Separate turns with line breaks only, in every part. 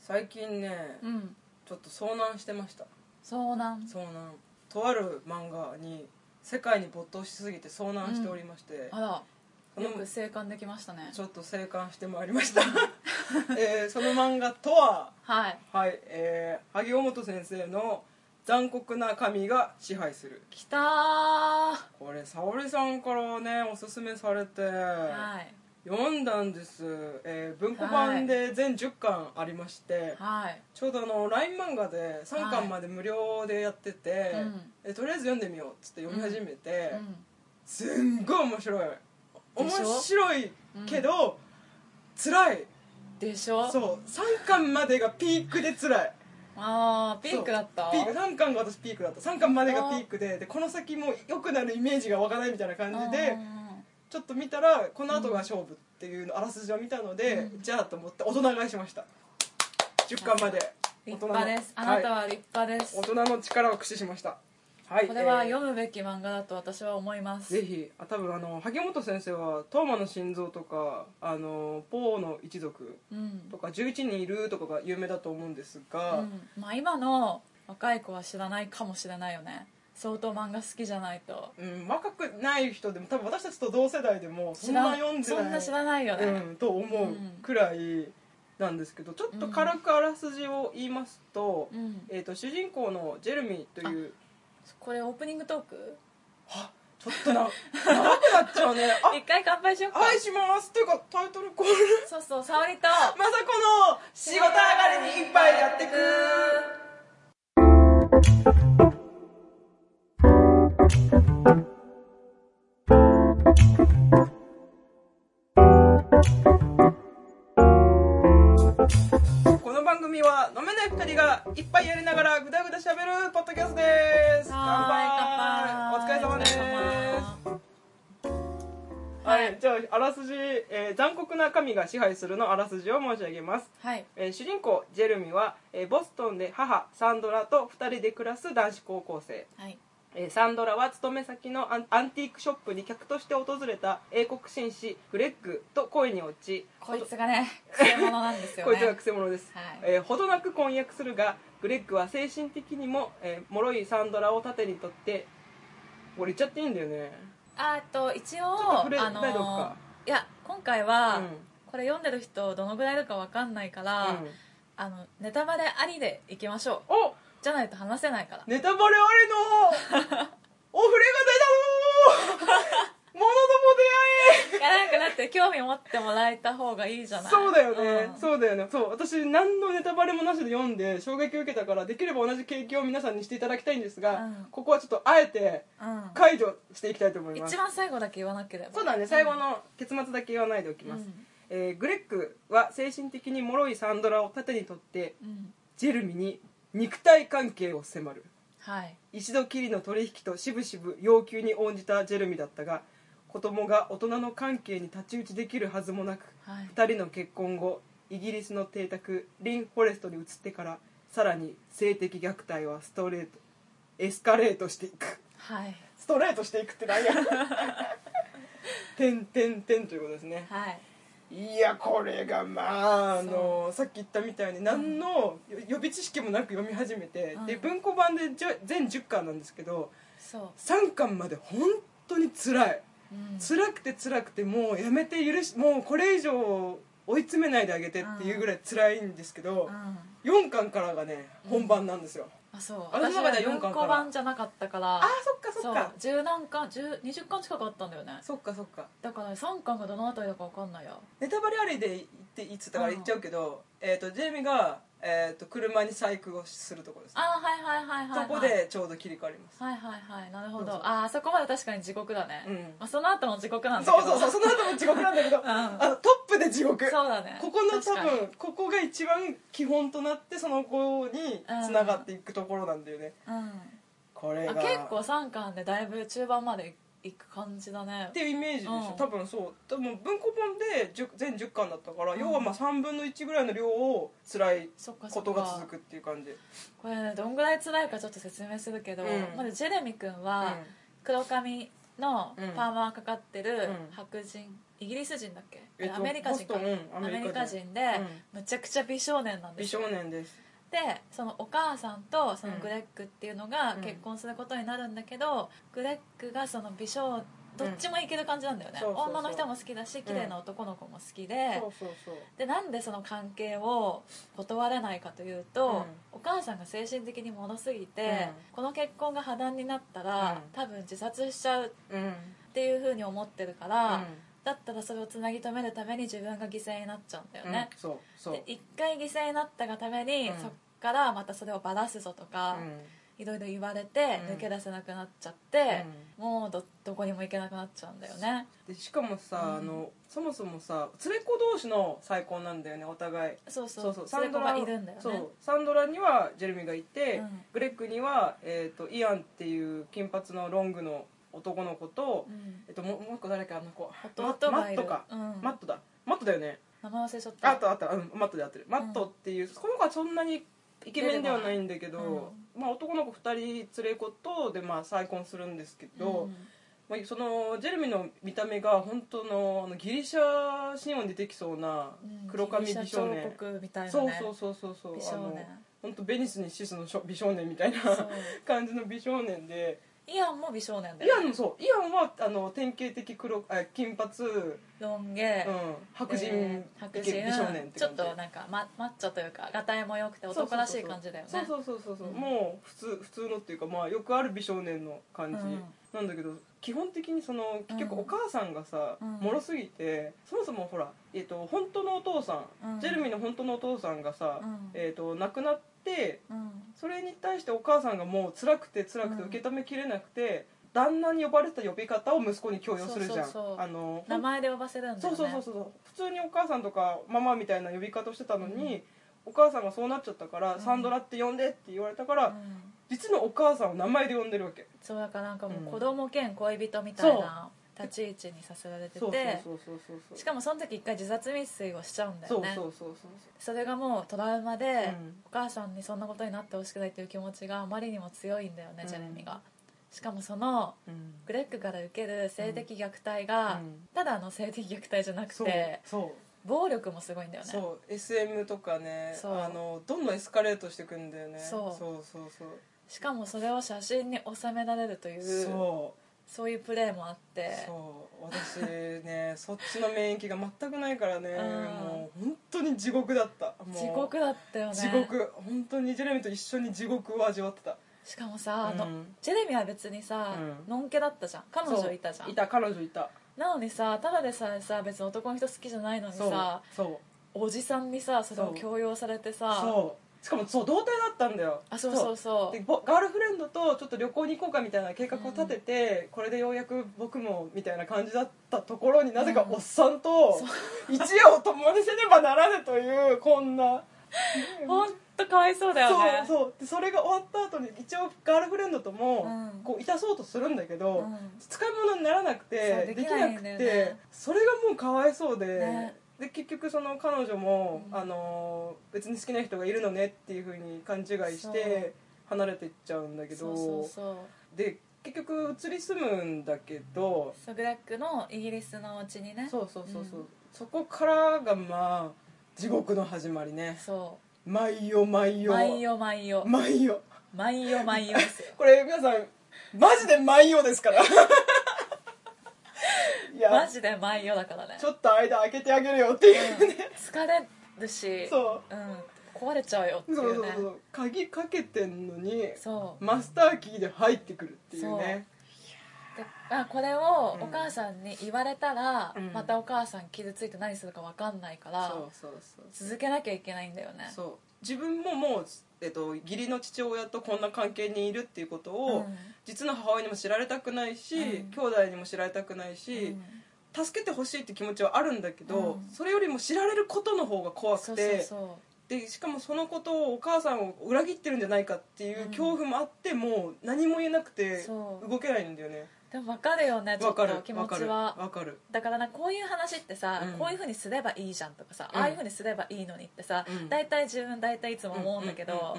最近ね
うん
ちょっと遭難してました
遭難
遭難とある漫画に世界に没頭しすぎて遭難しておりまして、
あ
こ
ら
の
よく生還できましたね
ちょっと生還してまいりました えーその漫画とは
はい
はいえー萩尾本先生の「残酷な神が支配する
きたー」
これ沙織さんからねおすすめされて、
はい
読んだんです、えー文庫版で全10巻ありまして、
はい
ちょうどあの LINE 漫画で3
はい
巻まで無料でやってて、
うん
えとりあえず読んでみようっつって読み始めて、
うん
すんごい面白い
ょ
面白いけど、辛い
でしょ
そう3巻までがピークで辛い
あーピンクだった
そうピーク3巻が私ピークだった3巻までがピークででこの先もう良くなるイメージが湧かないみたいな感じで
うん
ちょっと見たらこの後が勝負っていうのあらすじを見たので、
うん
じゃあと思って大人買いしました10巻まで
立派ですあなたは立派です、
大人の力を駆使しましたはい
これは
えー
読むべき漫画だと私は思います、
ぜひあ多分あの萩本先生は「トーマの心臓」とか「あのポーの一族
うん」
とか「11人いる」とかが有名だと思うんですが、
うんまあ、今の若い子は知らないかもしれないよね相当漫画好きじゃないと
うん若くない人でも多分私たちと同世代でもそ
知
んな
ら
読んで
そんな知らないよね、
うん、と思うくらいなんですけどちょっと軽くあらすじを言いますと,、
うん
えー、と主人公のジェルミーという
これオープニングトーク
ちょっとな長くなっちゃうね
一回乾杯しよう
あ
か
愛しますっていうかタイトルコール
そうそう沙織と
まさこの仕事上がりにいっぱいやってくこの番組は飲めない二人がいっぱいやりながらぐだぐだしゃべるポッドキャストです
はーい
乾杯お疲れ様です
お疲れ様
はい、じゃああらすじ、えー残酷な神が支配する」のあらすじを申し上げます
はい
えー主人公ジェルミは、えーボストンで母サンドラと2人で暮らす男子高校生、
はい
えーサンドラは勤め先のアンアンティークショップに客として訪れた英国紳士グレッグと恋に落ち
こいつがねくせ者なんですよ
こ
ね
いつがくせ者です、
はい
えーほどなく婚約するがグレッグは精神的にも、えー脆いサンドラを盾にとってこれ言っちゃっていいんだよね
あえっと一
ち
応
ょっと触れ
あの
ないでおくか
いや今回は、
うん
これ読んでる人どのぐらいだかわかんないから、
うん
あのネタバレありでいきましょう
お
じゃないと話せないから
ネタバレありのお触れが出たのー物とも出会え
いやなんかだって興味持ってもらえた方がいいじゃない
そうだよね、
ん
そうだよねそう私何のネタバレもなしで読んで衝撃を受けたからできれば同じ経験を皆さんにしていただきたいんですが、
うん
ここはちょっとあえて
うん
解除していきたいと思います
一番最後だけ言わなければ
そうだね最後の結末だけ言わないでおき
う
ます、
ん
えーグレックは精神的に脆いサンドラを盾にとって
うん
ジェルミに肉体関係を迫る
はい
一度きりの取引としぶしぶ要求に応じたジェルミだったが子供が大人の関係に太刀打ちできるはずもなく
はい
2人の結婚後イギリスの邸宅リン・フォレストに移ってからさらに性的虐待はストレートエスカレートしていく
はい
ストレートしていくって何やてんてんてんということですね
はい
いやこれがまああのさっき言ったみたいに何の予予備知識もなく読み始めて、
うん
で文庫版でじゅ全10巻なんですけど
そ、
3巻まで本当につらいう
うん、
辛くて辛くてもうやめて許しもうこれ以上追い詰めないであげてっていうぐらい辛いんですけど
う、ん
4巻からがね本番なんですよ、
あそう
私の中では四巻から
文庫版じゃなかったから
ああそっかそ
そ
っ
う
か
十何巻十二十巻近くあったんだよね
そっかそっか
だから3巻がどのあたりだかわかんないや
ネタバレありで言っていつだから言っちゃうけど、えっ、とジェイミーが、えー、と車に細工をするとこです
ああはいはいはいはい、はい、
そこでちょうど切り替わります
はいはいはいなるほ
そう
ど
そう
ああそこまで確かに地獄だね、
うん
まあ、その後も地獄なんだ
そ
け
う
ど
そうそうその後も地獄なんだけど、
ん
あのトップで地獄
そうだね
ここの多
確かに
分ここが一番基本となってその後につながっていくところなんだよね、これ
うん、あ
が
結構3巻でだいぶ中盤までいく感じだね
っていうイメージでしょ、
うん
多分そう多分文庫本で10全10巻だったから、
うん
要はまあ3分の1ぐらいの量を辛い
そっかそ
こ
っ
と
か
が続くっていう感じ
これねどんぐらい辛いかちょっと説明するけど、
うん
まずジェレミ君は黒髪のパーマがかかってる
うん
白人イギリス人だっけ、
えっと
アメリカ人か
ボストン
ア
うんアメリカ人
メリカ人で、むちゃくちゃ美少年なんで
美
すよ
少年です
でそのお母さんとその
うん
グレッグっていうのが
うん
結婚することになるんだけど、グレッグがその美少どっちもいける感じなんだよね、
そうそうそう
女の人も好きだし綺麗な男の子も好きで
そ、うそうそう
でなんでその関係を断れないかというと、お母さんが精神的にものすぎて、
う
この結婚が破談になったら、
うん
多分自殺しちゃうっ
うん
ていうふうに思ってるから、だったらそれをつなぎ止めるために自分が犠牲になっちゃうんだよ
うん
ね
うん、そうそう
で一回犠牲になったがために、
うん
そっからまたそれをばらすぞと
う
か、
ん
いろいろ言われて、
うん
抜け出せなくなっちゃって、もうどどこにも行けなくなっちゃうんだよね
でしかもさ、あのそもそもさ連れっ子同士の再婚なんだよねお互い
そうそう
そうそう
そ
サ
れ
ン
子
ドラ
がいるんだよね
そうサンドラにはジェレミーがいて、
うん
グレッグには、えー、とイアンっていう金髪のロングの男の子と,、
うん
えっとももう一個誰かあの子
弟
マ
が
ッ
いる
トか、
うん
マットだマットだよね
名前忘れちゃっ
あ
た
あとあったうんマットで合ってるマットっていう、この子はそんなにイケメンではないんだけ
出てこ
ど、まあ、男の子2人連れ子とで、まあ、再婚するんですけど、
うん
まあ、そのジェレミーの見た目が本当のあのギリシャ神話に出てきそうな
うん
黒髪
ギリ
美
シャ
少
彫
年、
刻みたいなね
そうそうそうそうそう
美少
あの
年
本当ベニスにシスの美少年みたいな
そう
感じの美少年で
イアンも美少年だ
イ
よ
アンもそうイアンはあの典型的黒あ金髪、うん、
ロン毛、
白人,、
えー白
美
人
少年って感じ
ちょっとなんか、ま、マッチョというかがたいも良くて男らしい感じだよね
そうそうそうそうそう、
うん
もう普通普通のっていうかまあよくある美少年の感じ
うん
なんだけど、基本的にその結
うん
局お母さんがさ、
うん
もろすぎてそもそもほら、えー、と本当のお父さん、
うん
ジェルミーの本当のお父さんがさ、
うん
えー、と亡くなって
うん
それに対してお母さんがもう辛くて辛くて
うん
受け止めきれなくて、旦那に呼ばれてた呼び方を息子に強要するじゃん。
そうそうそう
あの
名前で呼ばせるんだ
そ
よ
う
ね
そうそうそう普通にお母さんとかママみたいな呼び方をしてたのに、お母さんがそうなっちゃったから、
うん
サンドラって呼んでって言われたから、
うん
実のお母さんを名前で呼んでるわけ
そうだからなんかも
うん
う子供兼恋人みたいな立ち位置にさせられて
そう
て
そうそうそうそう
しかもその時一回自殺未遂をしちゃうんだ
そ
よ
う
ね
そうそうそう
それがもうトラウマで、
ん
お母さんにそんなことになってほしくないっていう気持ちがあまりにも強いんだよね、
うん
ジェレミがしかもその
うん
グレッグから受ける性的虐待が、
うん
ただの性的虐待じゃなく
そう
て
そう
暴力もすごいんだよね
そう SM とかね
そう
あのどんどんエスカレートしてくんだよね
そう
そうそうそう
しかもそれを写真に収められるという
そう
そういうプレーもあって
そう私ねそっちの免疫が全くないからね
うん
もう本当に地獄だったもう
地獄だったよね
地獄本当にジェレミーと一緒に地獄を味わってた
しかもさあの、
うん
ジェレミは別にさ、
うん
のんけだったじゃん彼女いたじゃ
そうい
ん
た彼女いた
なのにさただでさえさ別に男の人好きじゃないのに
そう
さ
そう
おじさんにさそれ
そ
を
う
強要されてさ
そうしかもそう童貞だったんだよ
あそうそうそう
でぼガールフレンドとちょっと旅行に行こうかみたいな計画を立てて、これでようやく僕もみたいな感じだったところになぜか
うん
おっさんと一夜を共にせねばならぬというこんな
ほんとかわいそうだよね
そうそうでそれが終わった後に一応ガールフレンドとも
うん
こういたそうとするんだけど、
うん
使い物にならなくて
そ
で
うで
き
き
な
な
く
い
て
んだよね
それがもうかわいそうで,、
ね
で結局その彼女も、
うん
あのー別に好きな人がいるのねっていうふうに勘違いし
そう
て離れていっちゃうんだけど
そうそうそう
で結局移り住むんだけど
そうグレックのイギリスのうちにね
そうそうそうそう、
うん
そこからがまあ地獄の始まりね
そ
毎夜毎
う
夜
毎夜毎夜
毎夜
毎夜毎夜ですよ
これ皆さんマジで毎夜ですから いや
マジで毎夜だからね
ちょっと間開けてあげるよっていう
うん疲れるし、
そう
ん、壊れちゃうよって
う
い
そうそうう
ね
そう鍵かけてんのに
そう
マスターキーで入ってくるっていうね
であこれを
うん
お母さんに言われたら、
うん
またお母さん傷ついて何するか分かんないか
そう
ら
そうそう
続けなきゃいけないんだよね
そう自分ももう、えっと、義理の父親とこんな関係にいるっていうことを、
うん
実の母親にも知られたくないし、
うん
兄弟にも知られたくないし、助けてほしいって気持ちはあるんだけど、
うん
それよりも知られることの方が怖
そ
く
う
て
そうそ
でしかもそのことをお母さんを裏切ってるんじゃないかっていう恐怖もあって、もう何も言えなくて
そう
動けないんだよね
うでも分かるよねちょ
わ
っ
かる
と気持ち
わかる
は
わかる
だからなこういう話ってさ、
うん
こういうふうにすればいいじゃんとかさ、
うん
ああいうふうにすればいいのにってさ
うん
大体、自分大体いつも思うんだけど、
うんうんうん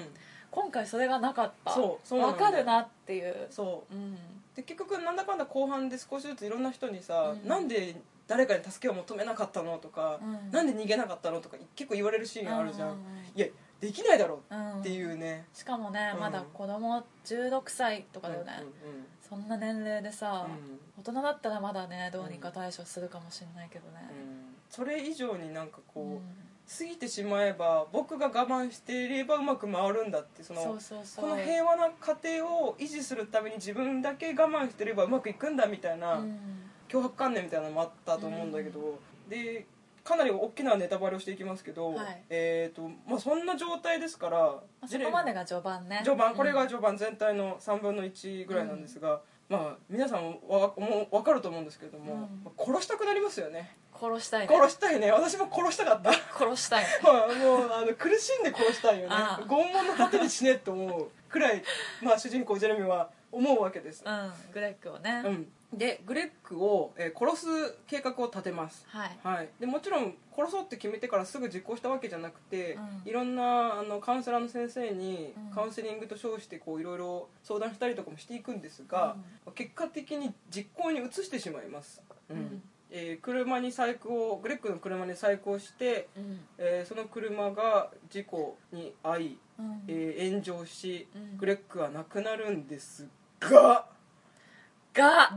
今回それがなかった
そうそうなん
分
だよ
かるなっていう
そう
うん
で結局なんだかんだ後半で少しずついろんな人にさ、
うん
なんで誰かに助けを求めなかったのとか、
うん
なんで逃げなかったのとか結構言われるシーンあるじゃん、
う
いやできないだろ
うんうん
っていうね、
しかもね
うん
まだ子供16歳とかだよね、
う
そんな年齢でさ
ん、うん
大人だったらまだねどうにか対処するかもしれないけど
うん
ね、
それ以上になんかこう、
うん
過ぎてしまえば僕が我慢していればうまく回るんだってその
そうそうそう
この平和な家庭を維持するために自分だけ我慢してればうまくいくんだみたいな、
うん
脅迫観念みたいなのもあったと思うんだけど、でかなり大きなネタバレをしていきますけど、
はい
えーとまあ、そんな状態ですから
まあ、そ
ジレ
こ
ン
までが序盤ね
序盤これが
うん
序盤全体の3分の1ぐらいなんですが、まあ、皆さんわもう分かると思うんですけれども、
うん
まあ殺したくなりますよね
殺したいね
殺したいね私も殺したかった
殺したいね
まあもうあの苦しんで殺したいよね
ああ
拷問の盾に死ねって思うくらい、まあ、主人公ジェレミーは思うわけです、
うんグレッグをね、
うん、でグレッグを、えー殺す計画を立てます
はい
はい、でもちろん殺そうって決めてからすぐ実行したわけじゃなくて、
うん
いろんなあのカウンセラーの先生に
うん
カウンセリングと称してこういろいろ相談したりとかもしていくんですが、結果的に実行に移してしまいます、うん
うん
えー車に細工をグレッグの車に細工をして、
うん
えーその車が事故に遭い、
うん
えー炎上し、
うん
グレッグは亡くなるんですが
が
が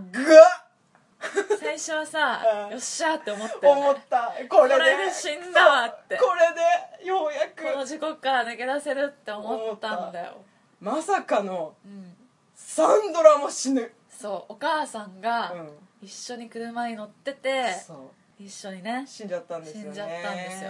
最初はさ
うん
よっしゃーって思ったよ、ね、
思ったこ
こ
れで
れで死んだわって
これでようや
この
く
地獄から抜け出せるって思ったんだよ、
まさかの
うん、
サンドラも死ぬ、
そうお母さん
う
が
ん、
一緒に車に乗ってて、
そ
一緒に
う
ね
死んじゃったんですよね
死んじゃったんですよ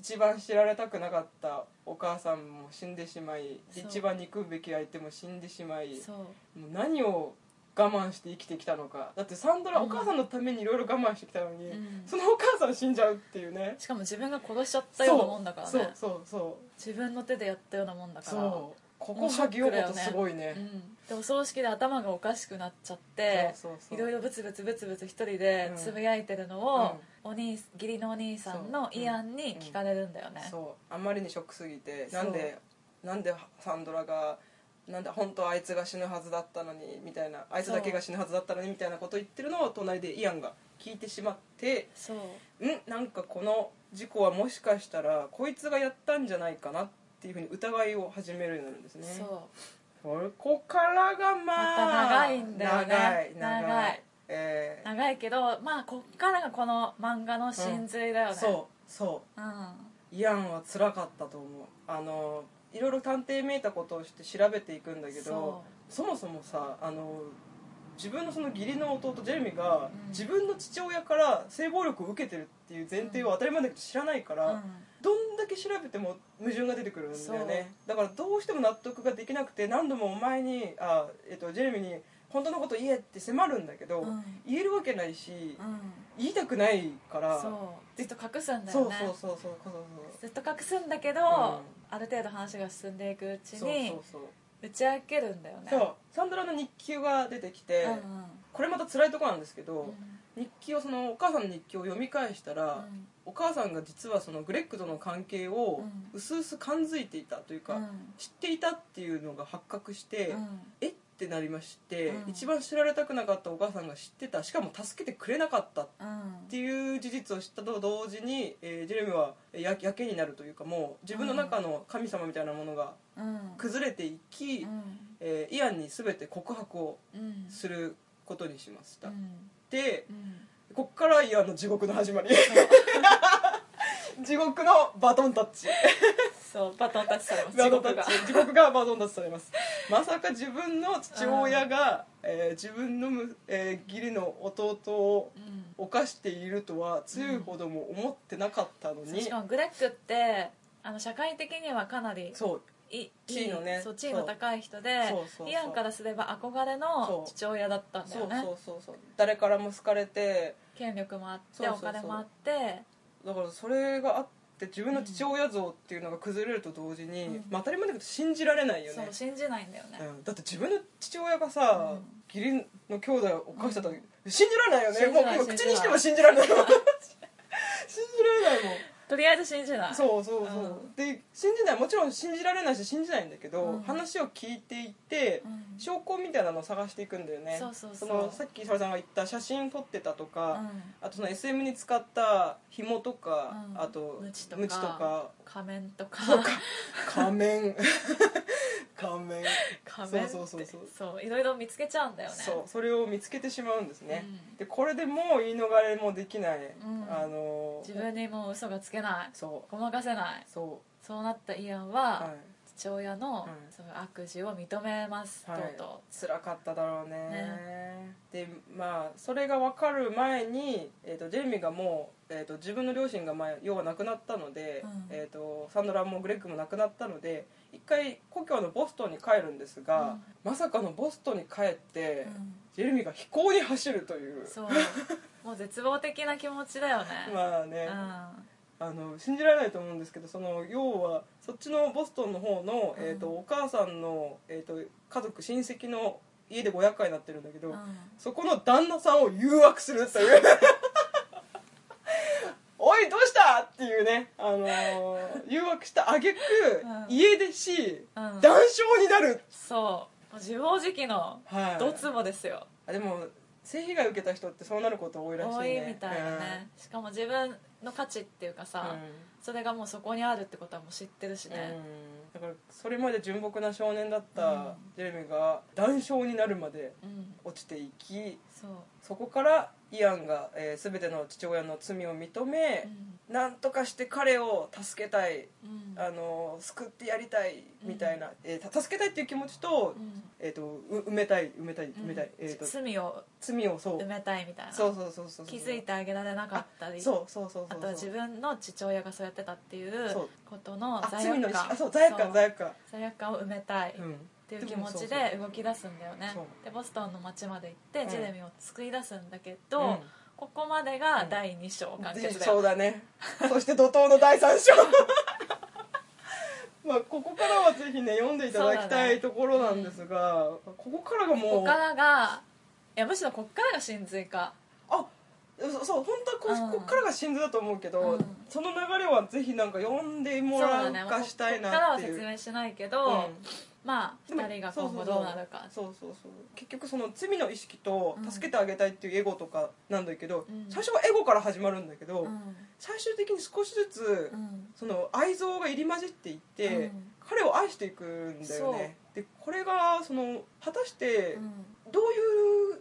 一番知られたくなかったお母さんも死んでしまい
そう
一番憎むべき相手も死んでしまい
そう
もう何を我慢して生きてきたのかだってサンドラ
うん
お母さんのためにいろいろ我慢してきたのに、
うん
そのお母さん死んじゃうっていうね
しかも自分が殺しちゃったようなもんだから
そう
ね
そうそう
自分の手でやったようなもんだか
そう
ら
そうここ萩尾ことすごいね
うん、でお葬式で頭がおかしくなっちゃって
そうそうそう
いろいろブツブツブツブツ一人でつぶやいてるのを、お兄義理のお兄さんの
そう
イアンに聞かれるんだよね、
そうあんまりにショックすぎて
そう
なんでなんでサンドラがなんで本当はあいつが死ぬはずだったのにみたいなあいつだけが死ぬはずだったのにみたいなこと言ってるのを隣でイアンが聞いてしまって
そうん
なんかこの事故はもしかしたらこいつがやったんじゃないかなっていうふうに疑いを始めるようになるんですね
そう
ここからがまあ
また長いんだよね
長い長い
長い
え
長いけどまあこっからがこの漫画の真髄だよ
ー
ね、
そうそう
うん、
イアンは辛かったと思うあのいろいろ探偵めいたことをして調べていくんだけどそ
そ
もそもさあの自分のその義理の弟ジェレミが、
うん
自分の父親から性暴力を受けてるっていう前提を当たり前だけど知らないか
う
ら、
ん
どんだけ調べても矛盾が出てくるんだよねだからどうしても納得ができなくて何度もお前にあ、えっとジェレミに本当のこと言えって迫るんだけど、
うん
言えるわけないし、
うん、
言いたくないから
そうずっと隠すんだ
そ
よ
う
ね
そうそうそうそう
ずっと隠すんだけど、ある程度話が進んでいくう
そ
ち
うそう
に
そうそう
打ち明けるんだよね
そうサンドラの日記が出てきて、
うん
これまた辛いとこなんですけ
うん
ど、日記をそのお母さんの日記を読み返した
う
ら、
ん
お母さんが実はそのグレッグとの関係を
うん
薄々感づいていたというか、
うん
知っていたっていうのが発覚して、
うん
えってなりまして、
うん
一番知られたくなかったお母さんが知ってたしかも助けてくれなかったっ
うん
ていう事実を知ったと同時に、えージェレミはややけになるというかもう自分の中の神様みたいなものが
うん
崩れていき、
うん
えーイアンに全て告白を
うん
することにしました、
うん
で
うん
こっからイアンの地獄の始まり
そう
地獄のバトンタッチ
そうバトンタッチされます
バ
地
トンタ
獄が
ッ チ地獄がバトンタッチされますまさか自分の父親が、えー自分のむ、えー義理の弟を
うん
犯しているとは強いほども思ってなかったの
そう
に、
しかもグレッグってあの社会的にはかなり
そう
いい
地位のね
そう地位の高い人で
そうそうそう
イアンからすれば憧れ
そ
の
う
父親だったんだ
そ
よ
う
ね
そうそうそう誰からも好かれて
権力もあって
そうそ
お
うそう
金もあって
だからそれがあって自分の父親像っていうのが崩れると同時に、
うん
まあ、当たり前だけど信じられないよ
そ
ね
う信じないんだよね
うんだって自分の父親がさ、
うん
義理の兄弟を犯したと、信じられないよね
信じない
もうもう
信
口
じ ない
にしても信じられない信じられないもん
とりあえず信じない
そうそうそう、
うん
で信じないもちろん信じられないし信じないんだけど、
うん
話を聞いていって、
うん
証拠みたいなのを探していくんだよね
そうそうそう
のさっき沙織さんが言った写真撮ってたと
う
か、
ん
あとその SM に使った紐とか、
うん
あと
鞭とか
鞭とか
仮面とか
仮面 仮面
仮面って
そうそうそう
そういろいろ見つけちゃうんだよね
そうそれを見つけてしまうんですね、
うん
でこれでもう言い逃れもできない、
ん
あの
自分にもう嘘がつけない
そう
ごまかせない
そ
そうなったイアン
う、
は、
は
父親の
うん
その悪事を認めます、
はい
とうと
い、辛かっただろうね
ね
でまあそれが分かる前に、えー、とジェイミーがもう、えー、と自分の両親が前要は亡くなったので、
うん
えー、とサンドラもグレッグも亡くなったので一回故郷のボストンに帰るんですが、まさかのボストンに帰って、
う、
ジェイミーが飛行に走るというん
そうもう絶望的な気持ちだよね、
まあね、あの信じられないと思うんですけどその要はそっちのボストンの方の、
うん
えー、とお母さんの、えー、と家族親戚の家でご厄介になってるんだけど、
うん、うん
そこの旦那さんを誘惑するという おいどうしたっていうね、あのー誘惑した挙句、
うん
家出し
う
談
ん
笑になる、
そうもう自暴自棄の
はい
ドツボですよ、
あでも性被害受けた人ってそうなること多いらしいね
多いみたいなね、しかも自分の価値っていうか
うん
さ、それがもうそこにあるってことはもう知ってるし
うん
ね、
だからそれまで純朴な少年だっ
う
た
ん
ジェレミが談笑になるまで
うん
落ちていき
そう、
そこからイアンが、えー全ての父親の罪を認め、なんとかして彼を助けたい
うん
あの救ってやりたいみたいな、えーた助けたいっていう気持ちと,、
うん
えー、とう埋めたい埋めたい埋めたい、
うん
えー、と
罪を
罪をそう
埋めたいみたいな
そうそうそうそう
気づいてあげられなかったり
そうそうそうそう
あとは自分の父親がそうやってたっていう
そう
ことの
あ
罪
罪の
悪
意
感
識あそう罪悪
そ
感
う
罪悪感
罪悪感を埋めたいっ
うん
ていう気持
で
ち
もそう
で
そう
動き出すんだよね
そう
でボストンの街まで行って
うん
ジェレミーを救い出すんだけ
う
ど
ん
ここまでが第2章完結だ
そ
よ
うだねそして怒涛の第三 章まあここからはぜひね読んでいただきたいところなんですが、ここからがも
ここ
う
からがいやむしろこっからが真髄化
あそうそう本当はこ,、
うん
こっからが心臓だと思うけど、
うん
その流れはぜひなんか読んで
そ
も
う
ら
だ
う
ね
かしたい
ここから
なっ
は
ていう
説明しないけ
うん
どまあ
でも
2人が今後どうなるか
そうそうそう結局その罪の意識と
うん
助けてあげたいっていうエゴとかなんだけど、
うん
最初はエゴから始まるんだけど、
うん
最終的に少しずつ、
うん
その愛憎が入り混じっていって、
うん
彼を愛していくんだよねでこれがその果たして
うん
どう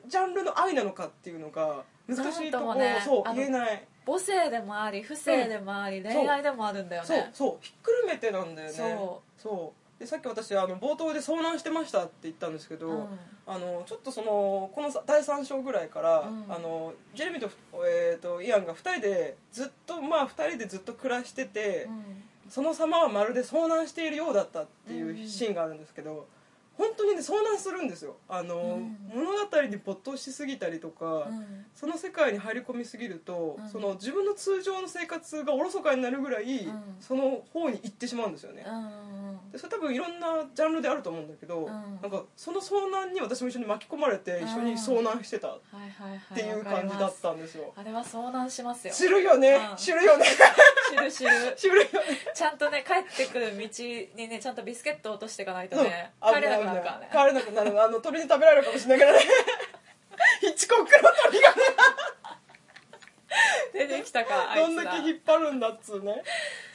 いうジャンルの愛なのかっていうのが難しいところ、
なんと
そ
もね
う言えない
母性でもあり不性でもあり、
そう
恋愛でもあるんだよね
そうそうひっくるめてなんだよね
そ
そうでさっき私あの冒頭で遭難してましたって言ったんですけど、
うん
あのちょっとそのこのさ第3章ぐらいから、
うん
あのジェレミーと,、えー、とイアンが2人でずっとまあ2人でずっと暮らしてて、
うん
その様はまるで遭難しているようだったっていううんシーンがあるんですけど、本当にね遭難するんですよあの、
うん
物語に没頭しすぎたりとか、
うん
その世界に入り込みすぎると、
うん
その自分の通常の生活がおろそかになるぐらい、
うん
その方に行ってしまうんですよね、
うん
でそれ多分いろんなジャンルであると思うんだけど、
ん
なんかその遭難に私も一緒に巻き込まれて
うん
一緒に遭難してたっ
はいはいはい
ていう感じだったんですよ、
あれは遭難し ますよ
知るよね、
うん
知るよね
知る知る
知るよね
ちゃんとね帰ってくる道にねちゃんとビスケット落としていかないと
そう
ね帰れなくなるからね
危ない帰れなくなるあの鳥に食べられるかもしれないからね一国の鳥がね
出てきたかあい
どん
つ
だ
ら
け引っ張るんだっつうね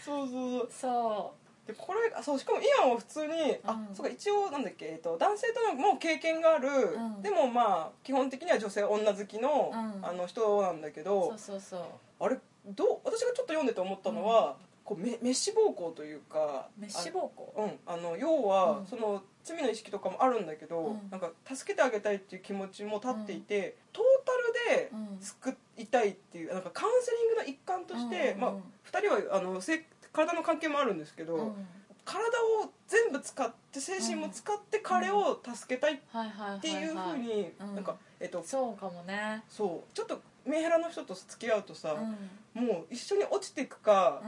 そうそうそう
そ
でこれあそうしかもイアンは普通に、あ
うん
そうか一応なんだっけ、えっと、男性とのも経験がある、
うん
でもまあ基本的には女性女好きの,、
うん
あの人なんだけ
う
ど
そうそうそう
あれどう私がちょっと読んでて思ったのは、こうめメッシ暴行というか
メッシ暴行
うん、あの要は、
うん
その罪の意識とかもあるんだけど、
うん
なんか助けてあげたいっていう気持ちも立っていて、トータルで
うん
救いたいっていうなんかカウンセリングの一環として、
うん
まあ、2人はあのせ体の関係もあるんですけど、
うん
体を全部使って精神も使って彼を助けたいっ
はいはいはいはい
ていうふうに、
うん
なんか、えっと
そうかもね
そうちょっとメンヘラの人と付き合うとさ、
うん
もう一緒に落ちていくか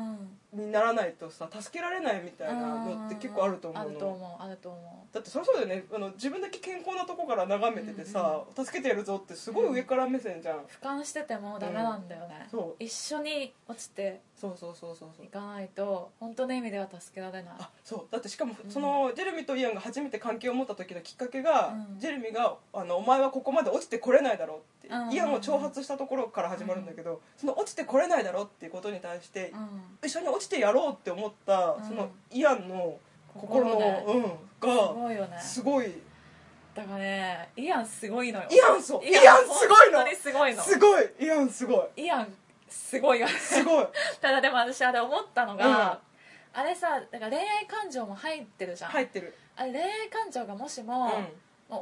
うん
にならないとさ助けられないみたいな
うん
のって結構あると思
あ
う
ると
の
思うあると思
だってそりゃそうだよねあの自分だけ健康なとこから眺めててさ、助けてやるぞってすごい上から目線じゃん、
う俯瞰しててもダメなんだよね、
そう
一緒に落ちて
そうそうそうそうそう
いかないと本当の意味では助けられない
あそうだってしかも
うん
そのジェレミーとイアンが初めて関係を持った時のきっかけが、
うん
ジェレミーがあの「お前はここまで落ちてこれないだろ」って、
うん
イアンを挑発したところから始まるんだけど、その落ちてこれないだろっていうことに対して、
うん
一緒に落ちてやろうって思った、
うん
そのイアンの心の、
ね
うん、
す
が
ごいよね
すごい
だからねイアンすごいのよ
イアンそうイアンすごいの
本当にすごいの
すごいイアンすごい
イアンすごい よね
すごい
ただでも私あれ思ったのが、あれさだから恋愛感情も入ってるじゃん、
入ってる、
あれ恋愛感情がもし
う
も,、もう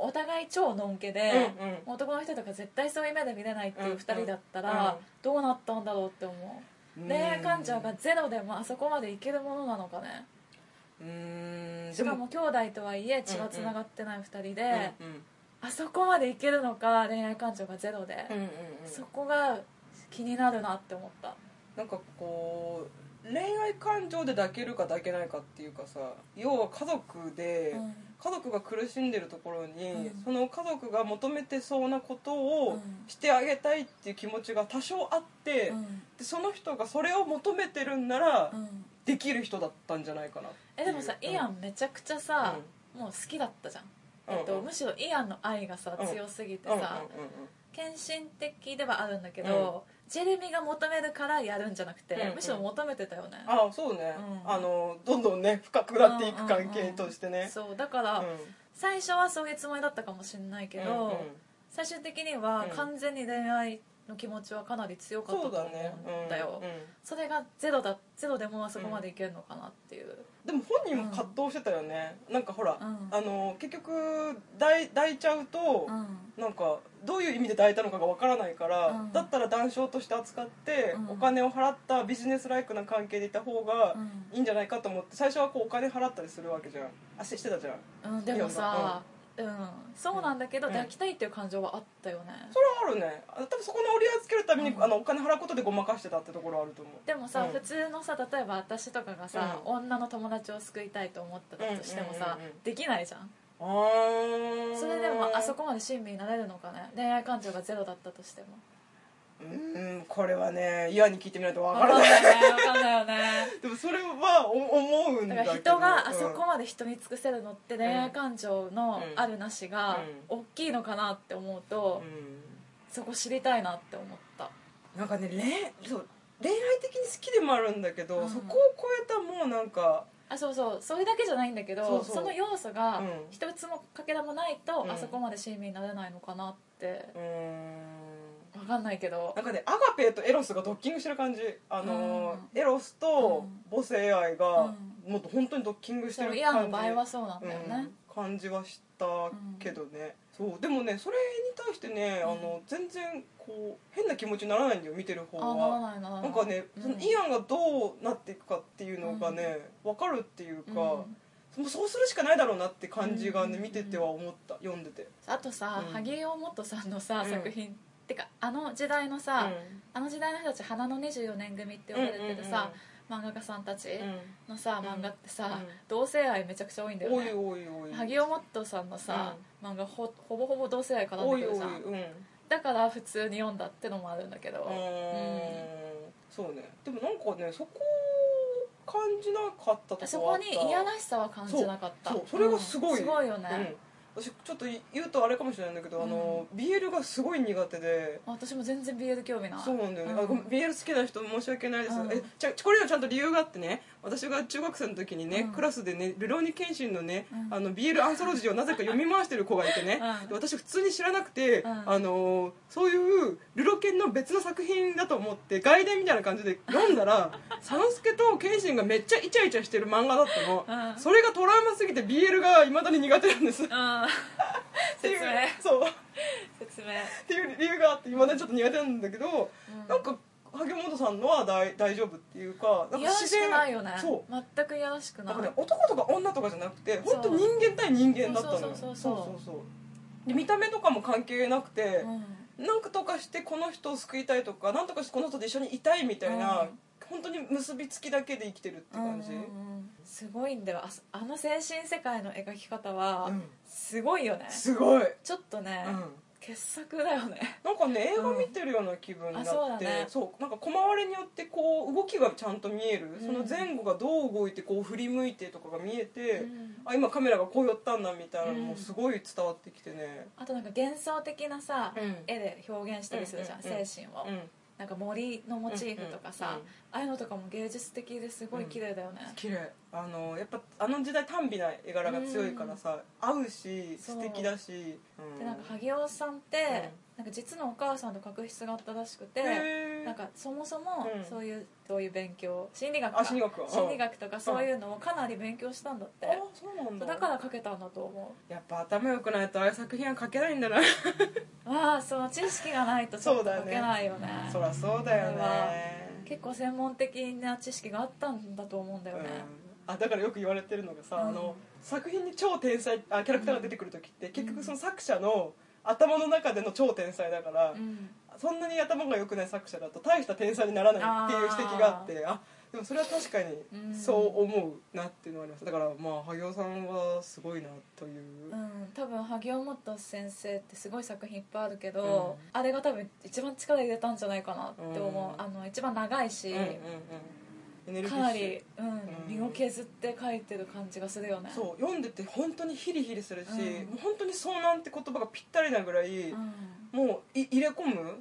お互い超のんけで、
うんうん
もう男の人とか絶対そういう目で見れないっていう2人だったら、
うんうん
どうなったんだろうって思う恋愛感情がゼロでもあそこまでいけるものなのかね
うん
し
で
か
も
も兄弟とはいえ血がつながってない2人で、
うんうん
あそこまでいけるのか恋愛感情がゼロで、
うんうんうん
そこが気になるなって思った
なんかこう恋愛感情で抱けるか抱けないかっていうかさ要は家族で、
うん
家族が苦しんでるところに、
うん
その家族が求めてそうなことを
うん
してあげたいっていう気持ちが多少あって、
うん
でその人がそれを求めてるんなら、
うん
できる人だったんじゃないかなってい
え
う
でもさ
うん
イアンめちゃくちゃさ、もう好きだったじゃん、
うん
えっと、
うん
むしろイアンの愛がさ
うん
強すぎて
うんうんうん
さ、献身的ではあるんだけど、ジェレミが求めるからやるんじゃなくて、
うんうん
むしろ求めてたよね
ああそうね、
うん
あのどんどんね深くなっていく関係としてね、
そうだか
う
ら、
ん
最初はそういうつもりだったかもしれないけど、
うんうん
最終的には
うん
完全に恋愛の気持ちはかなり強かったと
そう
思
だ
う
ね、うん
んだよそ
うん
れがゼロだゼロでもあそこまでいけるのかなっていう、
でも本人も葛藤してたよね、なんかほら、
うん
あの結局抱い抱いちゃうと、
うん
なんかどういう意味で抱いたのかがわからないから、
うん
だったら談笑として扱って、
うん
お金を払ったビジネスライクな関係でいた方が
うん
いいんじゃないかと思って最初はこうお金払ったりするわけじゃんあししてたじゃん
うん、でもさ、うんそうなんだけど、
うん
抱きたいっていう感情はあったよね、
それはあるねあ多分そこの折り合いつけるために、
うん
あのお金払うことでごまかしてたってところあると思う
でもさ、
うん
普通のさ例えば私とかがさ、女の友達を救いたいと思ったとしてもさ、
うんうんうんうん
できないじゃん
あー
それでもあそこまで親身になれるのかね恋愛感情がゼロだったとしても
うんこれはねイヤに聞いてみないとわ
分
か
かん
らない
ないね分かんないよね
でもそれはお思うん
だ
だ
か
けど
ら人があそ
うん
こまで人に尽くせるのって恋愛感情の
うん
あるなしが大きいのかなって思うと、
う
そこ知りたいなって思った
んなんかね恋そう恋愛的に好きでもあるんだけど、
うん
そこを超えたもうなんか
あそうそうそれだけじゃないんだけど
そ
そう
そう
の要素が
うん
一つもかけらもないと、
うん
あそこまで親身になれないのかなって
うーん
分かんないけど
なんかねアガペとエロスがドッキングしてる感じあのー、エロスと母性愛
う
が
ん
もっと本当にドッキングして
で
る感じ
もイアンの場合はそうなんだよ
う
ね
ん、感じはしたけどね、そうでもねそれに対してね、
うん
あの全然こう変な気持ちにならないんだよ見てる方
あ
は
ならないならな
ないんかね、
うん
そのイアンがどうなっていくかっていうのがね、わ分かるっていうか、
うん
もうそうするしかないだろうなって感じが
うんうん
ね
うん
見てては思った読んでて
あとさ、
うん
萩尾元さんのさ、
うん
作品ってかあの時代のさ、あの時代の人たち花の24年組って呼ばれてるさ、漫画家さんたち
うん
のさ、
うん
漫画ってさ、
うん
同性愛めちゃくちゃ多いんだよ
多い
ね
多い多い
萩尾元さんのさ、漫画ほほぼほぼ同性愛からだ
多
け
い多
ど
い
さ
うんう
だから普通に読んだってのもあるんだけど、
ーんそうねでもなんかねそこを感じなかったとこはあった
そこに嫌らしさは感じなかった
そうそれがすごい、
うんすごいよね、
うん、私ちょっと言うとあれかもしれないんだけど、あの BL がすごい苦手で
私も全然 BL 興味ない
そうなんだよね、
うん
あごめん BL 好きな人申し訳ないです、
うん
えちゃこれにはちゃんと理由があってね私が中学生の時にね、
うん
クラスでねルローニケンシンのね、
うん
あの BL アンソロジーをなぜか読み回してる子がいてね、
うん
で私普通に知らなくて、
うん
あのーそういうルロケンの別の作品だと思って外伝みたいな感じで読んだ らサノスケとケンシンがめっちゃイチャイチャしてる漫画だったの、
うん
それがトラウマすぎて BL がいまだに苦手なんですっ
うん
ていう
説明
そうっ
説明、
ていう理由があっていまだにちょっと苦手なんだけど
うん
なんか萩本さんのは大大丈夫っていうかなん
い
か
やらしくないよね
そう
全くいやらしく
な
な
いんかね男とか女とかじゃなくて本当
そう
人間対人間だったのよ
そうそうそうそ
そ
う
うそうそうで見た目とかも関係なくて、
うん
なんとかしてこの人を救いたいとかなんとかしてこの人と一緒にいたいみたいな、
うん
本当に結びつきだけで生きてるって感じ、
うんうんうんすごいんだよあそあの精神世界の描き方は
うん
すごいよね、
すごい、うん、
ちょっとね、傑作だよね
なんかね映画見てるような気分になって、
うんあそうだね
そうなんか小回りによってこう動きがちゃんと見える、その前後がどう動いてこう振り向いてとかが見えて、
うん
あ今カメラがこう寄ったんだみたいなの
うん
もすごい伝わってきてね、
あとなんか幻想的なさ、
うん
絵で表現したりするじゃん、
うんうんうん
精神を、
うん
なんか森のモチーフとかさ、
うんうんうん
ああいうのとかも芸術的ですごい綺麗だよね、
綺麗あのやっぱあの時代単美な絵柄が強いからさ、合うし
そ
素
う
敵だし、うん
でなんか萩尾さんって、なんか実のお母さんと確執があったらしくて、
へー
なんかそもそも
うん
そういう、そういう勉強心理学
あ心理学は
心理学とかそういうのをかなり勉強したんだって
あ、そうなんだ
だから書けたんだと思
やっぱ頭良くないとああいう作品は描けないん だな
うああその知識がないとちょっと書けないよね
そらそうだよ
これは
ね
結構専門的な知識があったんだと思うんだよね、
うんあだからよく言われてるのがさ、
うん
あの作品に超天才あキャラクターが出てくる時って、結局その作者の頭の中での超天才だから、
うん
そんなに頭が良くない作者だと大した天才にならないっていう指摘があってあでもそれは確か
うん
にそう思うなっていうのはありますだからまあ萩尾さんはすごいなという、
うん、多分萩尾元先生ってすごい作品いっぱいあるけど、あれが多分一番力入れたんじゃないかなって思
うん
う、あの一番長いし、
うんうんうんエネルギ
か
ッ
な
シュ
り、うん身を削って書いてる感じがするよね
そう読んでて本当にヒリヒリするし、
うん
もう本当に「そうなん」て言葉がぴったりなぐらい、
うん
もうい入れ込む
うん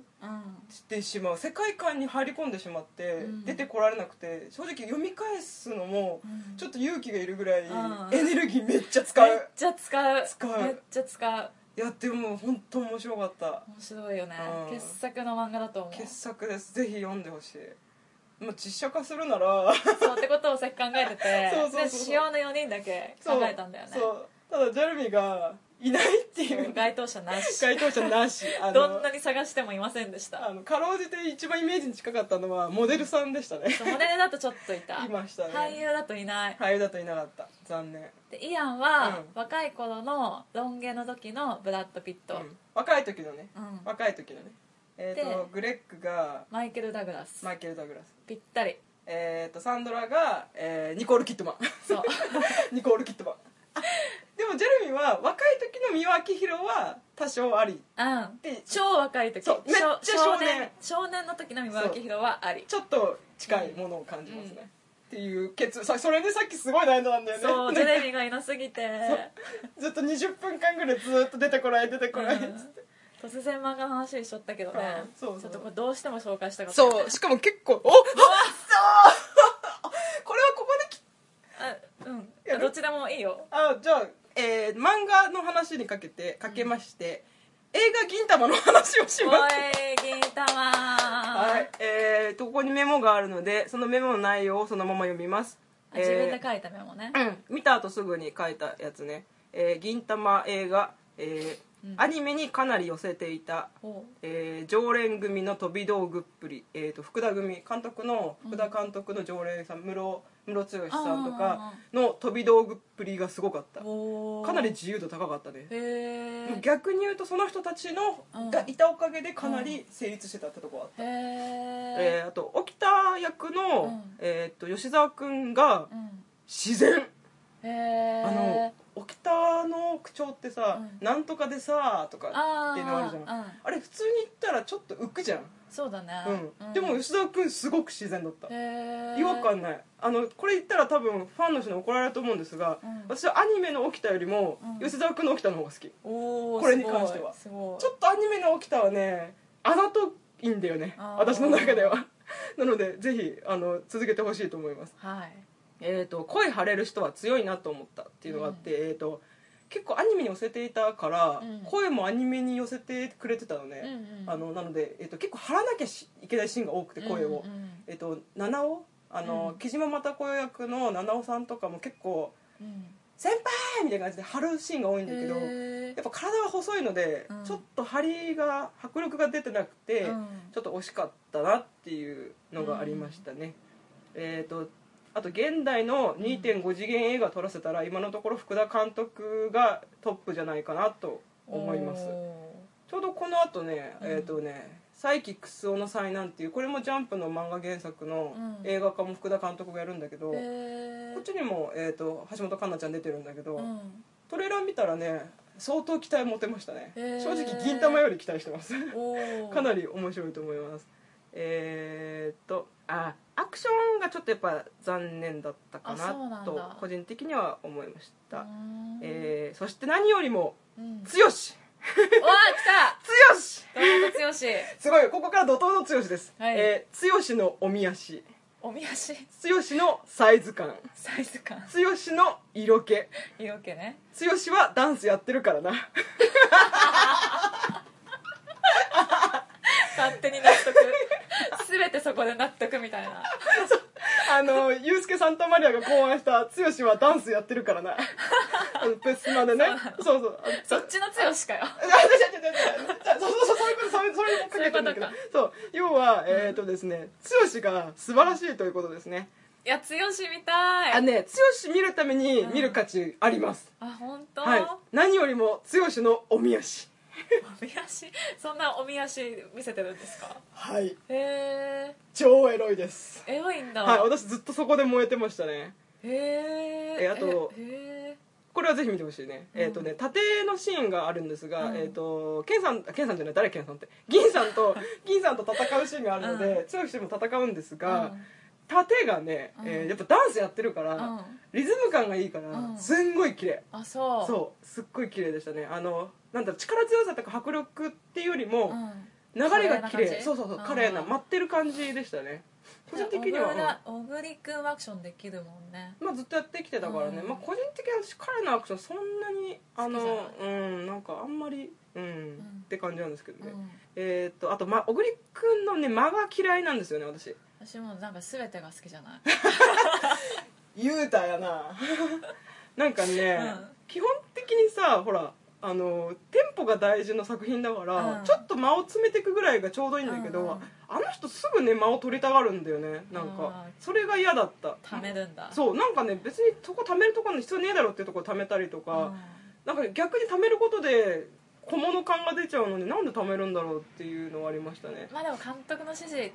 してしまう世界観に入り込んでしまって、
うん
出てこられなくて正直読み返すのも
うん
ちょっと勇気がいるぐらい、
うん
エネルギーめっちゃ使
めっ
う
ちゃ使う
使う
めっちゃ使う
いやでも本当面白かった
面白いよね、
うん
傑作の漫画だと思う
傑作ですぜひ読んでほしい、まあ、実写化するなら
そうってことをさっき考えてて
そうそうそうそう
で主要の4人だけ 考えたんだよね
そうただジャルミがいないっていう
該当者なし
回答者な し あの
どんなに探してもいませんでした
あのかろうじて一番イメージに近かったのはモデルさんでしたね
そうモデルだとちょっとい た
いましたね
俳優だといない
俳優だといなかった残念、
でイアンは、
うん
若い頃のロン毛の時のブラッド・ピッ
う
ト、
ん若い時のね
うん
若い時のねえっ、
で
とグレッグが
マイケル・ダグラス、
マイケル・ダグラス
ぴっ たり
えっ、とサンドラが、えーニコール・キットマン
そう
ニコール・キットマンあでもジェレミーは若い時の三輪明宏は多少あり
うん
で
超若い時
そうめっちゃ
少
少年
年少年の時の三輪明宏はあり
ちょっと近いものを感じますね、っていう結さそれでさっきすごい悩んだん だよね
そう
な
テ
んか
レビがいなすぎて
ずっと20分間ぐらいずっと出てこない出てこないっつって、
突然漫画の話しちゃったけどね、
うんそうそう
ちょっとこれどうしても紹介したかったよね、
そうし かも結構おあっそうこれはここでき
あうん
やる
どっちでもいいよ
あじゃあ、えー漫画の話にかけてかけまして、映画「銀魂」の話をし
おい
ます
銀玉は
はいえー、とここにメモがあるのでそのメモの内容をそのまま読みます
あ自分で書いたメモね、
うん見た後すぐに書いたやつね「えー銀魂映画、えーアニメにかなり寄せていた、
おう
えー常連組の飛び道具っぷり」えー、と福田組監督の福田監督の常連さん室室剛さんとかの飛び道具っぷりがすごかった
おー
かなり自由度高かったね
へえ
逆に言うとその人たちの
うん
がいたおかげでかなり成立してたってとこはあった
へえ
えーあと沖田役の、
うん
えー、と吉沢君が
うん
自然、
へえ
あの沖田の口調ってさ
う
「
ん
なんとかでさ」とか
あー
っていうのあるじゃんあ
うん
れ普通に言ったらちょっと浮くじゃん、
そうだね
うん
うん
でも吉沢君すごく自然だった
へえ
違和感ないあのこれ言ったら多分ファンの人に怒られると思うんですが、
うん
私はアニメの沖田よりも
うん
吉沢君の沖田の方が好き、
おー
これに関しては
すごい
ちょっとアニメの起きたはねあざといんだよね
あー
私の中では なのでぜひあの続けてほしいと思います
はい
えー、と恋晴れる人は強いなと思ったっていうのがあって、えー、と結構アニメに寄せていたから、
うん
声もアニメに寄せてくれてたの
うん
ね、
うん
あのなので、えー、と結構張らなきゃしいけないシーンが多くて声を、
うんうん
えー、と七尾あの、
うん
木島又子役の七尾さんとかも結構
うん
「先輩!」みたいな感じで張るシーンが多いんだけど、
へ
やっぱ体が細いので、
うん
ちょっと張りが迫力が出てなくて、
え
ちょっと惜しかったなっていうのがありましたね、えっ、とあと現代の2.5次元映画撮らせたら今のところ福田監督がトップじゃないかなと思います
おー
ちょうどこの後ね、えっ、とね「サイキックスオの災難」っていうこれもジャンプの漫画原作の
うん
映画化も福田監督がやるんだけど、こ
へ
っちにも、えー、と橋本環奈ちゃん出てるんだけど、
ーうん
トレーラー見たらね相当期待持てましたね、
へー
正直銀玉より期待してます
おー
かなり面白いと思いますえー、っとあアクションがちょっとやっぱ残念だったか
あそうな
なん
だ
と個人的には思いまし
うー
た、
ん
えーそして何よりも
うん
「強し
うわー
強し!
来た山本剛
すごいここから怒涛の強しです、
はい
えー強しのおみ足
おみ足
強しのサイズ感
サイズ感
強しの色気
色気ね
強しはダンスやってるからな
勝手に納得全てそこで納得みたいな
あのユースケ・サンタマリアが考案した強しはダンスやってる からなあのプスマでねそうそうあの
そっちの剛か
あ違
よ
う違う違う違う違うそうそうそうそういうことそういうそれもかけてるんだけど
そうい
そう要はえっ、とですね剛が素晴らしいということですね
いや剛見たい
あね剛見るために見る価値あります、
あ本当、
はい何よりも剛のおみ足
おみ足そんなおみ足見せてるんですか
はい
へ
超エロいです
えエロいんだ、
はい私ずっとそこで燃えてましたね
へえ
えあと
へ
これはぜひ見てほしいね、
うん
えっ、とね縦のシーンがあるんですが、
うん
えっ、とケンさんケンさんじゃない誰ケンさんって 銀さん と銀さんと戦うシーンがあるので、剛も戦うんです
え
が、縦がね、
うん
えーやっぱダンスやってるから、
うん、うん、
リズム感がいいから、
うん
すんごい綺麗
あそう
そうすっごい綺麗でしたねあのなんだろう力強さとか迫力っていうよりも、
ん、
流れが綺
華麗な感
麗
じ
そうそうそう
うん
華麗な舞ってる感じでしたね個人的には、
小倉小栗くんアクションできるもんね
まあ、ずっとやってきてたからね、
うん
まあ、個人的に私彼のアクションそんなにあの
好
うんなんかあんまりうん、って感じなんですけど
う
ね、
ん
えー、っとあと、ま、小栗君のね間が嫌いなんですよね私
私もなんか全てが好きじ ゃない
言うたやな なんかね、
うん
基本的にさほらあのテンポが大事な作品だから、
うん
ちょっと間を詰めてくぐらいがちょうどいいんだけど、
うんうん
あの人すぐね間を取りたがるんだよねなんか
あー
それが嫌だった
貯めるんだ
そうなんかね別にそこ貯めるところの必要ねえだろっていうところ貯めたりと
う
か、なんか逆に貯めることで小物感が出ちゃうのになんで貯めるんだろうっていうのはありましたね
んまあでも監督の指示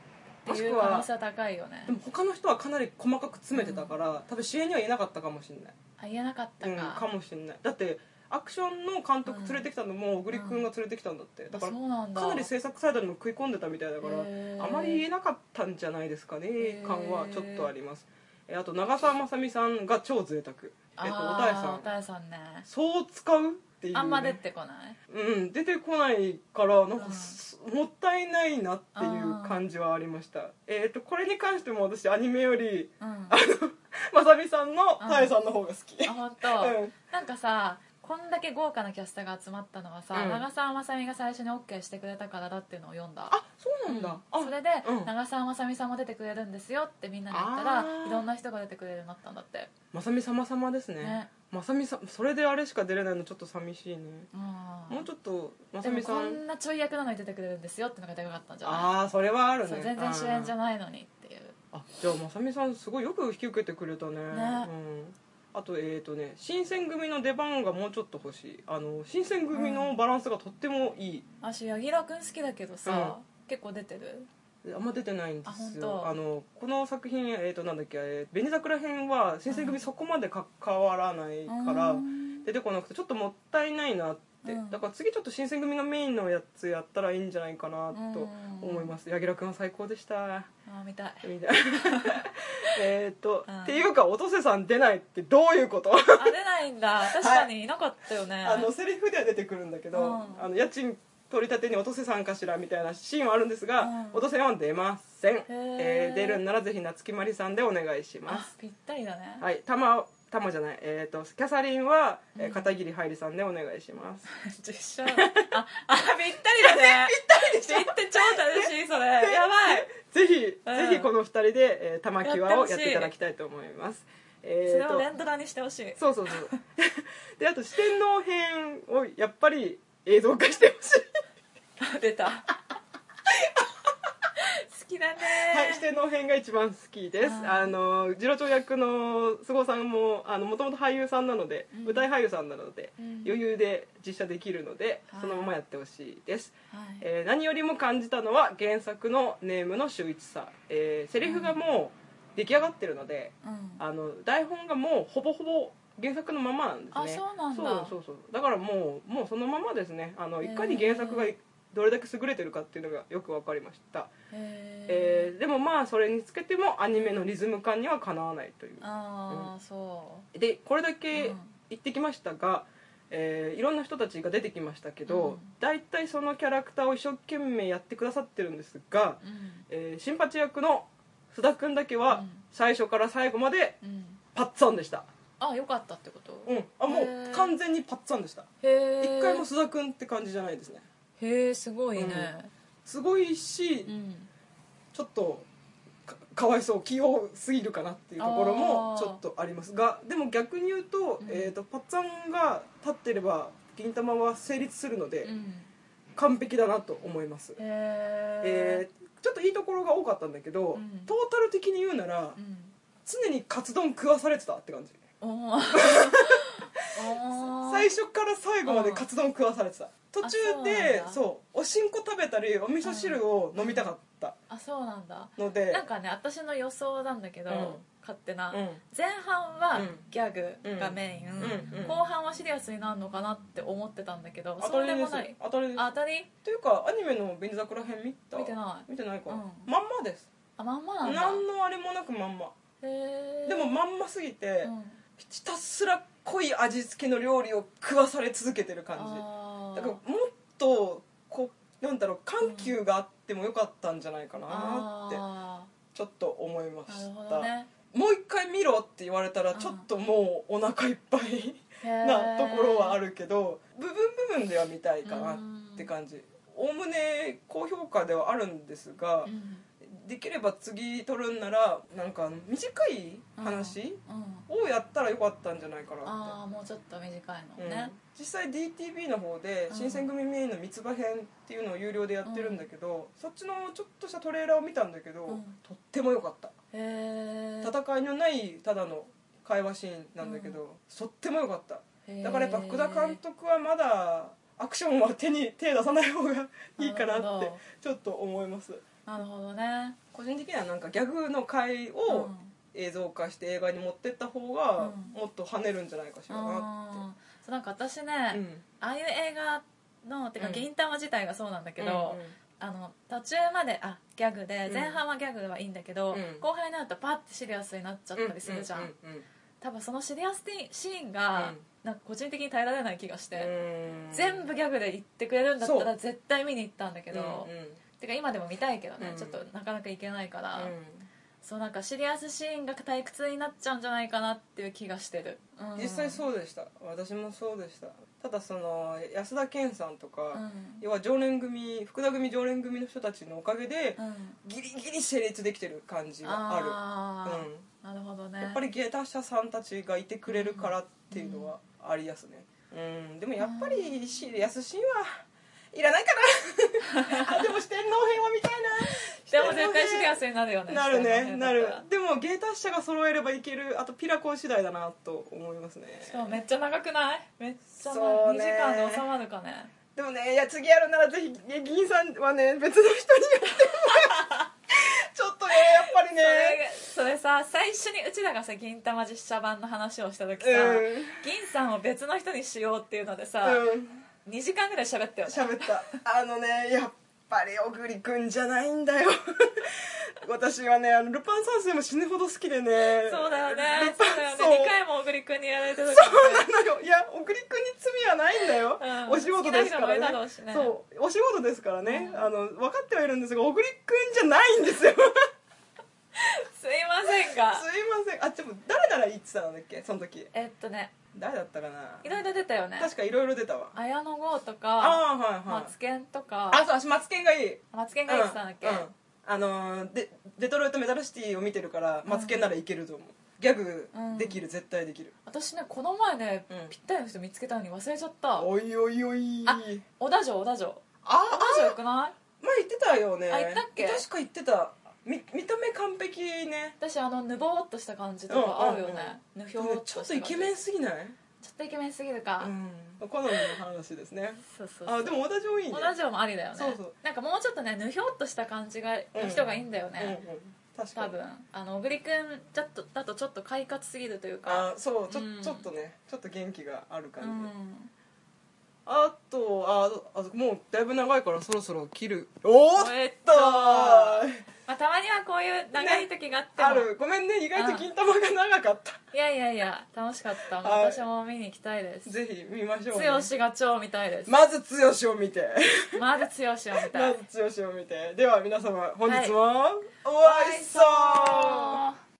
も
っ
して
い
く
う
は
可能性は高いよね
でも他の人はかなり細かく詰めてたから、多分主演には言えなかったかもしれない
あ言えなかった
うん、
か,、
かもしれないだってアクションの監督連れてきたのも小栗君が連れてきたんだってだから
そうなんだ
かなり制作サイドにも食い込んでたみたいだから
へー
あまり言えなかったんじゃないですかね
ー
感はちょっとありますえあと長澤まさみさんが超贅沢えっとおたえ
あー
さ
お
ん
たえさんね
そう使うっていうね、
あんま出てこない
うん、出てこないからなん
うん
かす、もったいないなっていう感じはありましたえっとこれに関しても私アニメより
うんあ
まさみさんのたえさんの方が好き
本当、
うん
なんかさこんだけ豪華なキャスターが集まったのはさ、
うん
長澤まさみが最初に OK してくれたからだっていうのを読んだ
あそうなんだ、あ
それで、
うん
長澤まさみさんも出てくれるんですよってみんなに言った
あ
ら
ー
いろんな人が出てくれるようになったんだって
まさみ様様ですね
ね
まさみさんそれであれしか出れないのちょっと寂しいね
うん
もうちょっとま
で
さ
も
みさ
こ
ん
んなちょい役なのに出てくれるんですよってのがでかかったんじゃな
ああそれはあ
い
る
そ
ね
う全然主演じゃ
ない
ないのにっていう
あじゃあまさみさんすごいよく引き受けてくれたねうんあとえっ、とね新選組の出番がもうちょっと欲しいあの新選組のバランスがとってもいい、
私柳楽君好きだけどさ、結構出てる
あんま出てないんです
あ本
よ
当
あのこの作品えっ、となんだっけ、えー、紅桜編は新選組そこまで関わらないから、
うん
出てこなくてちょっともったいないなって、
うん
だから次ちょっと新選組がメインのやつやったらいいんじゃないかな
う
と
ん
思います柳楽君は最高でした
あー見たい
みたいな えーっと、
うん
っていうか音瀬さん出ないってどういうこと
あ出ないんだ確かにいなかったよね、
あのセリフでは出てくるんだけど、
うん
あの家賃取り立てに音瀬さんかしらみたいなシーンはあるんですが、
うん
音瀬は出ません、え
へー
ー出るんならぜひ夏木マリさんでお願いしま
あ
す
ぴったりだね、
はいたまたまじゃないえーっ、とキャサリンは、えー
うん
片桐はいりさんでお願いします
実写ああぴったりだ ねぴったりでしょぴった超楽しいそれやばい
ぜひ、
うん
ぜひこの二人で、えー、玉際を
やって
や
ほ
っ
しい
ていただきたいと思います。
そ
え
れ
ー
を
と
連ドラにしてほしい
そうそうそう。 で、あと四天王編をやっぱ り映像化してほしい。
あ出た好きだね
はい、四天王編が一番好きです。
はい
あの次郎長役の菅さんもあの元々俳優さんなので、
うん
舞台俳優さんなので、
うん
余裕で実写できるので、
はい
そのままやってほしいです。
はい
えー何よりも感じたのは原作のネームの秀逸さ、えーセリフがもう出来上がってるので、
うん
あの台本がもうほぼほぼ原作のままなんですね
あそうなんだ
そうそうそうだからもうもうそのままですねあのいかに原作がどれだけ優れてるかっていうのがよく分かりました、え
へえ
ーでもまあそれにつけてもアニメのリズム感にはかなわないという
ああそ
でこれだ
う
け
うん
言ってきましたが、えーいろんな人たちが出てきましたけ
うん
ど大体、そのキャラクターを一生懸命やってくださってるんですが、
うん
えー新八役の須田君だけ
う
は
ん
最初から最後まで
うん
パッツァンでした
あよかったってこと
うん、あも
へ
う
ー
完全にパッツァンでした
へえ
一回も須田君って感じじゃないですね
へえすごいね
すごいし、
うん
ちょっとかかわいそう器用すぎるかなっていうところも
あー
ちょっとありますがでも逆に言うと,、
うん
えー、とパッツァンが立ってれば銀玉は成立するので、
うん
完璧だなと思います、
へ
え
え
ーちょっといいところが多かったんだけど、
うん
トータル的に言うなら、
うん
常にカツ丼食わされてたって感じ
おーおー
最初から最後までカツ丼食わされてた途中で
あそうなんだ
そうおしんこ食べたりお味噌汁を飲みたかった
あそうなんだ
ので
なんかね私の予想なんだけど、
うん
勝手な、
うん
前半は
うん
ギャグがメイン、
うんうん
後半はシリアスになるのかなって思ってたんだけど、
当
そ
た
うで
りで
も
す
ない
当たりです
あ当たり
というかアニメの「紅桜編」見た
見てない
見てないか、
うん
まんまです
あまんまなんだ
何のあれもなくまんま
へー
でもまんますぎて、
うん
ひたすら濃い味付けの料理を食わされ続けてる感じ
あー
だからもっとこうなんだろう緩急があってもよかったんじゃないかなって
あ
ちょっと思いま
ー
し
なるほ
た
どね
もう一回見ろって言われたら
うん
ちょっともうお腹いっぱい
な
なところはあ
る
るけど部分部分では見たいかなって感じおおむね高評価ではあるんですが
うん、
できれば次撮るんならなんか短い話
うん
をやったらよかったんじゃないかな
ああもうちょっと短い
って、う
の
ん
ね、
実際 DTV の方で
うん
新選組メインの三つ葉編っていうのを有料でやってるんだけどそっちのちょっとしたトレーラーを見たんだけど
うん
とっても良かった
へえ
戦いのないただの会話シーンなんだけど、とっても良かっただからやっぱ福田監督はまだアクションは手に手出さない方 がいいかな
なるほ
って
ど
ちょっと思います
なるほどね
個人的にはなんかギャグの回を
うん
映像化して映画に持ってった方が
うん
もっと跳ねるんじゃないかしらな
あーそうなんか私ね、
って、うん
ああいう映画のてか
うん
銀魂自体がそうなんだけど、あの途中まであギャグで
うん
前半はギャグはいいんだけど、
うん
後半になるとパッてシリアスになっちゃ
う
っ
んうん
たりするじゃ
う
ん、
んうんうん
多分そのシリアスシーンが、
うん
なんか個人的に耐えられない気がして、
うん
全部ギャグで言ってくれるんだった
そ
ら絶対見に行ったんだけど、
うんうん
てか今でも見たいけどね、
うん
ちょっとなかなか行けないから、
うん
そうなんかシリアスシーンが退屈になっちゃうんじゃないかなっていう気がしてる、うん
実際そうでした私もそうでしたただその安田顕さんとか、
うん
要は常連組福田組常連組の人たちのおかげで、
うん
ギリギリ成立できてる感じはある
あー
うん
なるほどね
やっぱり芸達者さんたちがいてくれるからっていうのはありやすねうん、でもやっぱりシリアスシーンはいらないかなあでも四天王編は見たい
で
な
も絶対シリア
四
スになるよね
天王編なるねなる
だから
でも芸達者が揃えればいけるあとピラコン次第だなと思いますね
しかもめっちゃ長くないめっちゃ
そう
長い2
ね
時間で収まるかね
でもねいや次やるならぜひね議員さんはね別の人にやってもらう ちょっとねやっぱり
そ
ね
れそれさ最初にうちらがさ銀魂実写版の話をした時さ、
うん
銀さんを別の人にしようっていうのでさ、
うん
2時間ぐらい喋ったよね
喋ったあのねやっぱり小栗くんじゃないんだよ 私はねあのルパン三世も死ぬほど好きでね
そうだよね
ルパ
そうだ
ン
よ
そう
ね2回も小栗君にやられてる
そ
か
うなのよいや小栗くんに罪はないんだよ、
うん
お仕事ですから
好きな人もいるだろ
ね
うしね
そうお仕事ですからね、
うん
あの分かってはいるんですが小栗くんじゃないんですよすい
すいませんが
ませんあでも誰なら言ってたんだっけその時
えっとね
誰だったかない
ろいろ出たよね
確かいろいろ出たわ
綾野剛と
あ
か
あはいはい
マツケンとか
あそう私マツケンがいい
マツケンが言ってたんだっけ、
うんうんあのーデデトロイトメタルシティを見てるからマツケンならいけると思う、ギャグできる、絶対できる
私ねこの前ね、
うん
ぴったりの人見つけたのに忘れちゃった
おいおいおい
あ小田城小田城
ああ
小田城よくない
前言ってたよね
あ言ったっけ
確か言ってたみ見た目完璧ね
私あのぬぼーっとした感じとか合うよね、ぬひょーっとし
ち
た
ょ
感
っ
じ
とイケメンすぎない、
ちょっとイケメンすぎるか、
うん、好みの話ですね
そうそうそう
あでも私もいいね
同じよもありだよね
そうそう
なんかもうちょっとねぬひょっとした感じがの人がいいんだよね、
うんうん、確か
多
に
分あの小栗君ちょっとだとちょっと快活すぎるという
あ
か
そうちょ,、
うん
ちょっとねちょっと元気がある
う
感じ、
ん
あとああもうだいぶ長いからそろそろ切るおーっと
えっとまあ、たまにはこういう長い時があっても、
あるごめんね意外と金玉が長かった、
いやいやいや楽しかった
はい
私も見に行きたいです
ぜひ見ましょう、ね、
剛が超見たいです
まず剛を見て
まず剛を見た
ま
い
ず剛を見てでは皆様本日もお会いそう、
あー